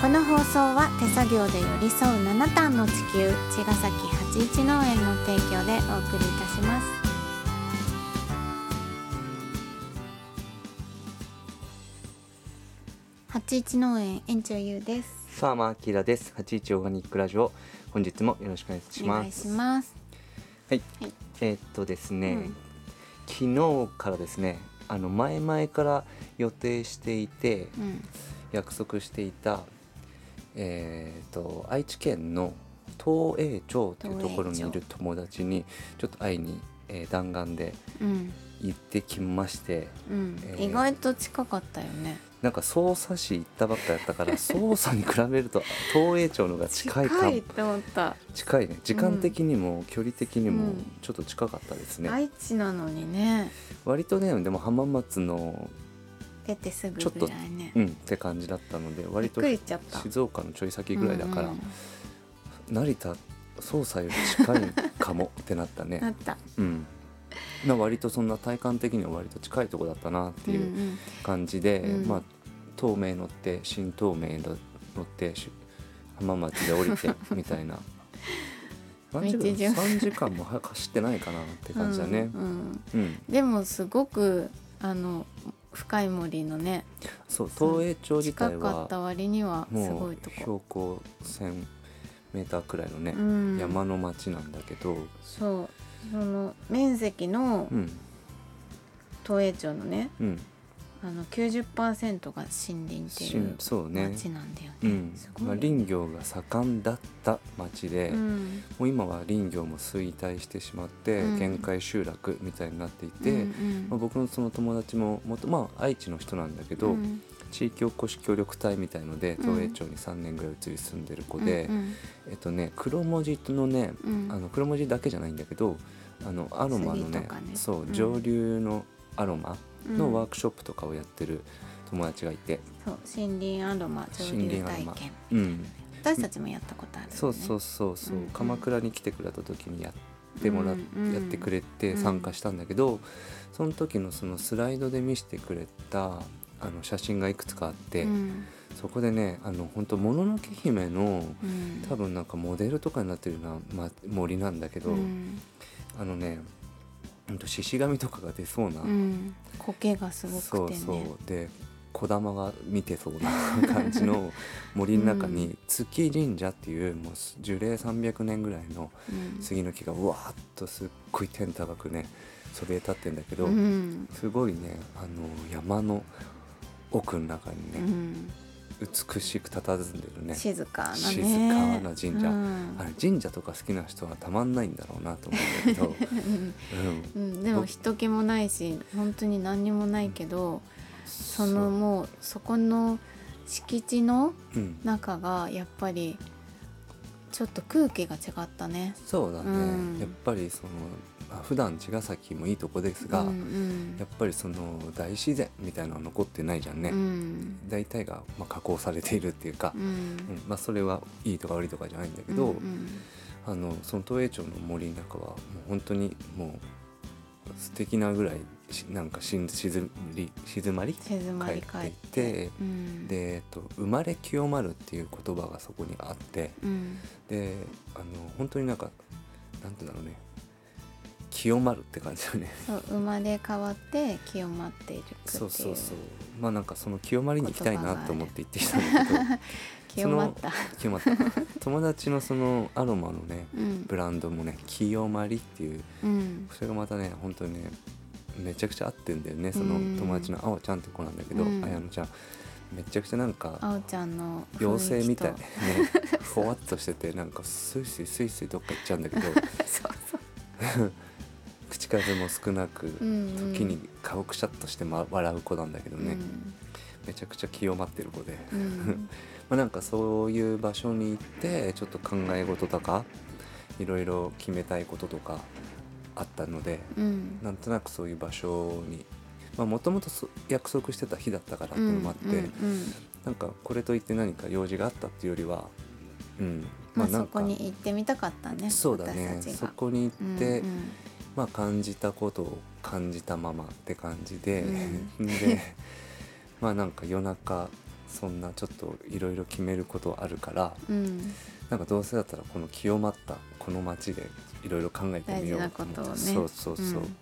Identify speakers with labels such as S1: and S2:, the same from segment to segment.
S1: この放送は手作業で寄り添う七段の地球茅ヶ崎八一農園の提供でお送りいたします八一農園園長ゆうです
S2: さあ、まあ、キラです。八一オーガニックラジオ、本日もよろしくお願いし
S1: お
S2: ま
S1: 願
S2: す。
S1: いします
S2: はい、
S1: はい
S2: えーっとですね、
S1: うん
S2: 昨日からですね、あの前々から予定していて、
S1: うん
S2: 約束していた。えーっと、愛知県の東栄町というところにい
S1: 東
S2: る友達に、ちょっと会いに、えー弾丸で
S1: うん
S2: 行ってきまして。
S1: うん、
S2: えー
S1: 意外と近かったよね
S2: なんか匝瑳市行ったばっかやっ たから匝瑳に比べると東栄町の方が近いかも
S1: って思った、
S2: 近いね時間的にも距離的に
S1: う
S2: も
S1: ん
S2: ちょっと近かったですね、
S1: 愛知なのにね
S2: 割とねでも浜松の
S1: 出てすぐ
S2: ちょっ
S1: ぐ
S2: と
S1: らいね
S2: うんって感じだったので割と
S1: びっくりしちゃった
S2: 静岡のちょい先ぐらいだから、
S1: うんうん
S2: 成田捜査より近いかも ってなった
S1: な
S2: ね
S1: ったっ
S2: うんな割とそんな体感的には割と近いとこだったなって
S1: う
S2: いうん感じで、
S1: うん
S2: まあ東名乗って新東名乗ってし浜松で降り てみたいな何時
S1: 道順
S2: 間3時間も早く走ってないかなって
S1: うん
S2: 感じだね、
S1: うんうん
S2: うん、
S1: でもすごくあの深い森のね
S2: そう
S1: そう
S2: 東栄町自
S1: 近
S2: 体
S1: かった
S2: は
S1: 割にはす
S2: も
S1: ご
S2: う
S1: いとこ、
S2: 標高1,000メーターくらいのね、
S1: うん、
S2: 山の町なんだけど、
S1: そうその面積の
S2: うん
S1: 東栄町のね
S2: うん、
S1: あの90%が森林って
S2: し
S1: いう
S2: そうね、
S1: 町なんだよね
S2: うん
S1: す
S2: ま
S1: ご
S2: あ、
S1: いよね、
S2: 林業が盛んだった町で、
S1: うん
S2: もう今は林業も衰退してしまって、
S1: うん
S2: 限界集落みたいになっていて、
S1: うんうん
S2: まあ、僕のその友達ももと、まあ、愛知の人なんだけど、
S1: うん
S2: 地域おこし協力隊みたいので
S1: うん
S2: 東栄町に3年ぐらい移り住んでる子で、
S1: うん
S2: えっとね黒文字のね、
S1: うん
S2: あの黒文字だけじゃないんだけどあのアロマのね
S1: 杉とかね
S2: そう
S1: うん
S2: 上流のアロマ
S1: うん
S2: のワークショップとかをやってる友達がいて、
S1: そう森林アロマ上
S2: 森
S1: 流
S2: 林ア
S1: 体
S2: ロマ
S1: 験
S2: うん
S1: 私たちもやったことあるよね、
S2: そうそうそうそう、
S1: うんうん
S2: 鎌倉に来てくれた時にやってもらっ、
S1: うんうん
S2: やってくれて参加したんだけど、その時のそのスライドで見せてくれたあの写真がいくつかあって、
S1: うん
S2: そこでねあの本当もののけ姫の
S1: うん
S2: 多分なんかモデルとかになってるような、ま、森なんだけど、
S1: うん
S2: あのねほんと獅子神とかが出そうな、
S1: うん、苔がすごく
S2: そう
S1: てね
S2: そうで小玉が見てそうな感じ の森の中
S1: う
S2: に月神社っていうもう樹齢300年ぐらいの
S1: うん
S2: 杉の木がうわーっとすっごい天高くねそびえ立ってんだけど、
S1: うん
S2: すごいねあの山の奥の中に
S1: う
S2: ね、
S1: ん
S2: 美しく佇んでるね
S1: 静かなね
S2: 静かな神社
S1: うん
S2: あれ神社とか好きな人はたまんないんだろうなと思うんだ けど、うん、
S1: うん、でも人気もないし本当に何にもないけどそのもうそこの敷地の
S2: そう、うん、
S1: 中がやっぱりちょっと空気が違ったね。
S2: そうだね、
S1: うん
S2: やっぱりその、まあ、普段茅ヶ崎もいいとこですが、
S1: うんうん
S2: やっぱりその大自然みたいなのは残ってないじゃんね、
S1: うん
S2: 大体がまあ加工されているっていうか、
S1: う
S2: うん
S1: ん
S2: まあ、それはいいとか悪いとかじゃないんだけど、
S1: うんうん
S2: あのその東栄町の森の中はもう本当にもう素敵なぐらいしなんかしん静り静まり
S1: 静まり返って
S2: 帰っていて
S1: うん
S2: で、えっと、生まれ清まるっていう言葉がそこにあって
S1: うん
S2: であの本当になんかなんて言うんだろうね清まるって感じだね
S1: そう生まれ変わって清まっているってい
S2: そうそうそうまあなんかその清まりに行きたいなと思って行ってきたんだけど
S1: 清まった。
S2: 清まった友達のそのアロマのね
S1: うん
S2: ブランドもね清まりっていう
S1: うん
S2: それがまたね本当にねめちゃくちゃ合ってんだよねその
S1: うん
S2: 友達のあおちゃんって子なんだけど、
S1: うん
S2: あやのちゃんめちゃくちゃなんか
S1: あおちゃんの雰囲気と
S2: 妖精み たいねほわっとしててなんかスイスイスイスイどっか行っちゃうんだけ ど
S1: そうそう
S2: 口数も少なく、
S1: うんうん
S2: 時に顔くしゃっとして、ま、笑う子なんだけどね、めちゃくちゃ清まってる子で、
S1: うんうん
S2: まあ、なんかそういう場所に行ってちょっと考え事とかいろいろ決めたいこととかあったので
S1: うん
S2: なんとなくそういう場所にもともと約束してた日だったからっていうのもあって、
S1: うんうんうん
S2: なんかこれといって何か用事があったっていうよりは、うん
S1: まあ、
S2: なん
S1: そこ
S2: か
S1: に行ってみたかったね
S2: そうだね
S1: 私たち
S2: そ
S1: が。
S2: こに行って、
S1: うんうん
S2: まあ、感じたことを 感じたままって感じで、
S1: う
S2: でまあなんか夜中そんなちょっといろいろ決めることあるから
S1: うん
S2: なんかどうせだったらこの清まったこの街でいろいろ考えてみよう
S1: 大事なことをね
S2: そうそうそう、
S1: うん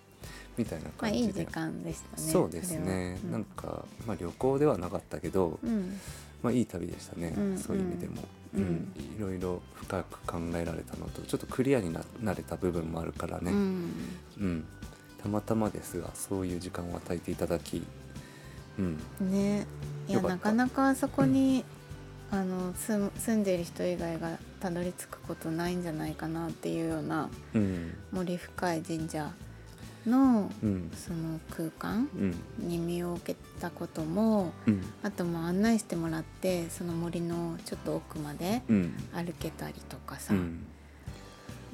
S2: みたいな
S1: まあ
S2: 感
S1: い
S2: じ
S1: い
S2: で、
S1: 時間でしたね
S2: そうですね、
S1: それは
S2: なんか、まあ、旅行ではなかったけど、
S1: うん
S2: まあ、いい旅でしたね、
S1: うん
S2: そういう意味でも、
S1: う
S2: うんんいろいろ深く考えられたのとちょっとクリアにななれた部分もあるから
S1: う
S2: ね、うん
S1: ん
S2: たまたまですがそういう時間を与えていただき、うん、
S1: ねいや
S2: よかった
S1: なかなかあそこに、あの住む住んでる人以外がたどり着くことないんじゃないかなっていうような
S2: うん
S1: 森深い神社の
S2: うん
S1: その空間
S2: うん
S1: に身を置けたことも
S2: うん
S1: あとまあ案内してもらってその森のちょっと奥まで
S2: うん
S1: 歩けたりとかさ、
S2: うん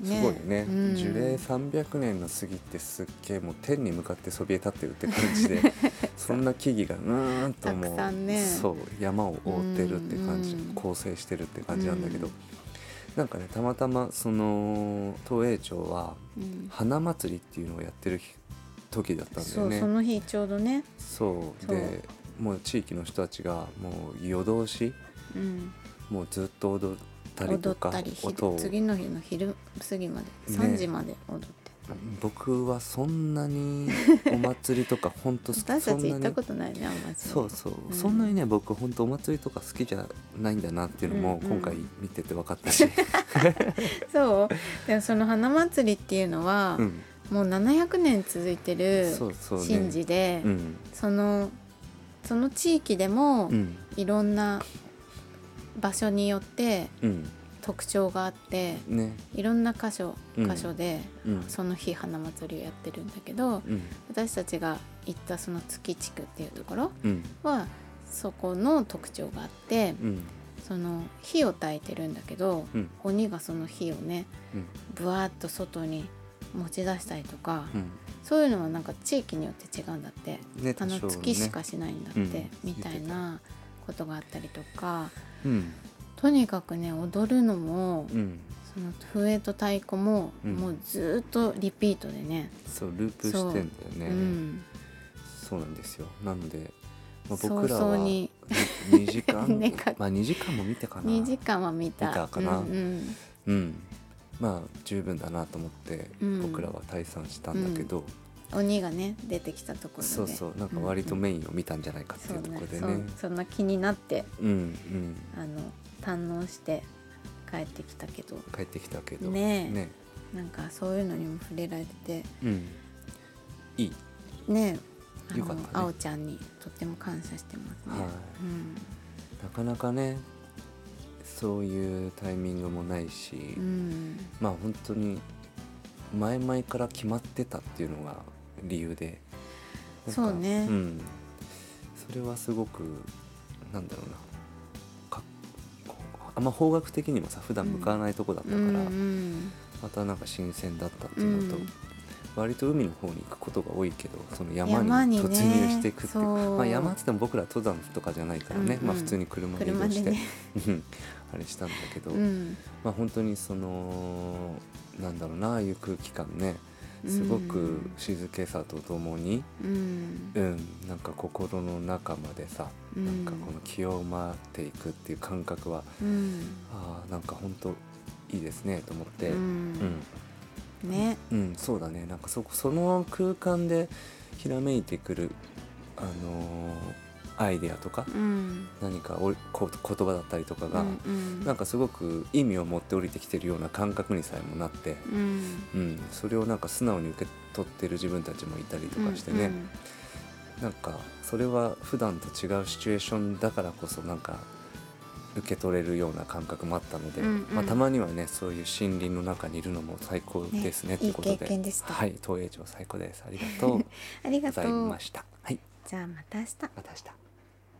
S2: すごいね、
S1: うん
S2: 樹齢300年の杉ってすっげえもう天に向かってそびえ立ってるって感 じでそんな木々がうーんとも
S1: たく
S2: う
S1: さんね
S2: そう山を覆ってるって感じ、
S1: うん
S2: 構成してるって感じなんだけど、
S1: うん
S2: なんかねたまたまその東映町は
S1: うん
S2: 花祭りっていうのをやってる日時だったんだ
S1: そ
S2: よ
S1: う
S2: ね。
S1: その日ちょうどね、
S2: そう
S1: そう
S2: でもう地域の人たちがもう夜通し
S1: うん、
S2: もうずっと踊ったり
S1: 踊
S2: と
S1: っ
S2: か
S1: たりひ
S2: 音を
S1: 次の日の昼過ぎまで3時まで踊って、
S2: 僕はそんな にお祭りとか本当好き
S1: 私たち行ったこととないねあんまり
S2: そうそう、
S1: うん
S2: そんなにね僕本当お祭りとか好きじゃないんだなっていうのも
S1: うんうん
S2: 今回見てて分かったし、
S1: そうでもその花祭りっていうのは、
S2: うん
S1: もう700年続いてる
S2: そうそうね
S1: 神事でそ,、
S2: うん
S1: のその地域でも、
S2: うん
S1: いろんな場所によって
S2: うん
S1: 特徴があって
S2: ね
S1: いろんな箇所
S2: うん
S1: 箇所で、
S2: うん
S1: その日花祭りをやってるんだけど
S2: うん
S1: 私たちが行ったその月地区っていうところ
S2: うん
S1: はそこの特徴があって
S2: うん
S1: その火を焚いてるんだけど、
S2: うん
S1: 鬼がその火をね
S2: うん
S1: ぶわーっと外に持ち出したりとか、
S2: うん
S1: そういうのはなんか地域によって違うんだって、
S2: ね
S1: あの
S2: 多少ね
S1: 月しかしないんだって、
S2: うん
S1: みたいなことがあったりとか
S2: うん
S1: とにかくね踊るのも、
S2: うん
S1: その笛と太鼓も、
S2: うん
S1: もうずっとリピートでね。
S2: そうループしてんだよね、
S1: うん、
S2: そうなんですよなので、まあ、
S1: 早
S2: 僕らは
S1: 々に
S2: 2時 間、
S1: 寝か
S2: まあ2時間も見てかな
S1: 2時間は見た
S2: 見たかな
S1: うんうん
S2: うん、まあ十分だなと思って
S1: うん
S2: 僕らは退散したんだけど、
S1: 鬼がね出てきたところで
S2: そうそうなんか割とメインを見たんじゃないかっていうところで
S1: そう
S2: ね
S1: ねそそんな気になって
S2: うんうん
S1: あの堪能して帰ってきたけど
S2: 帰ってきたけど
S1: ねえなんかそういうのにも触れられて
S2: うんいい
S1: ねあ
S2: よか
S1: の、
S2: ったね
S1: あおちゃんにとっても感謝してますね、
S2: はい
S1: うん
S2: なかなかねそういうタイミングもないし、
S1: うん
S2: まあ本当に前々から決まってたっていうのが理由でなんか
S1: そうね
S2: うん、それはすごくなんだろうなかこうあんま方角的にもさ普段向かわないとこだったから、
S1: うんうん
S2: またなんか新鮮だったっていうのと、
S1: うん
S2: 割と海の方に行くことが多いけどその
S1: 山
S2: 山
S1: に
S2: に
S1: ね
S2: 突入していくっていう
S1: そう
S2: まあ、山って言っても僕ら登山とかじゃないからね、
S1: うんうん
S2: まあ、普通に車で移動
S1: 車で
S2: して、
S1: ね
S2: うんあれしたんだけど。
S1: うん
S2: まあ、本当にそのなんだろうなああいう空気感ねすごく静けさとともに、
S1: うん
S2: うんなんか心の中までさ、
S1: うん
S2: なんかこの気を回っていくっていう感覚は
S1: うん
S2: ああなんか本当いいですねと思って、
S1: う
S2: うん
S1: んね
S2: うんそうだねなんかそこその空間でひらめいてくる、あのーアイデアとか、
S1: うん
S2: 何かおこ言葉だったりとかが、
S1: うんうん
S2: なんかすごく意味を持って降りてきてるような感覚にさえもなって。
S1: うん
S2: うん、それをなんか素直に受け取ってる自分たちもいたりとかしてね、
S1: うん
S2: なんかそれは普段と違うシチュエーションだからこそなんか受け取れるような感覚もあったので、
S1: うんうん
S2: まあ、たまにはねそういう森林の中にいるのも最高ですね
S1: ね
S2: ということで
S1: いい経験でした
S2: はい東映町最高ですありがとう
S1: あり
S2: ご
S1: が
S2: ざい
S1: とう
S2: ましたはい
S1: じゃあまた明日
S2: また明日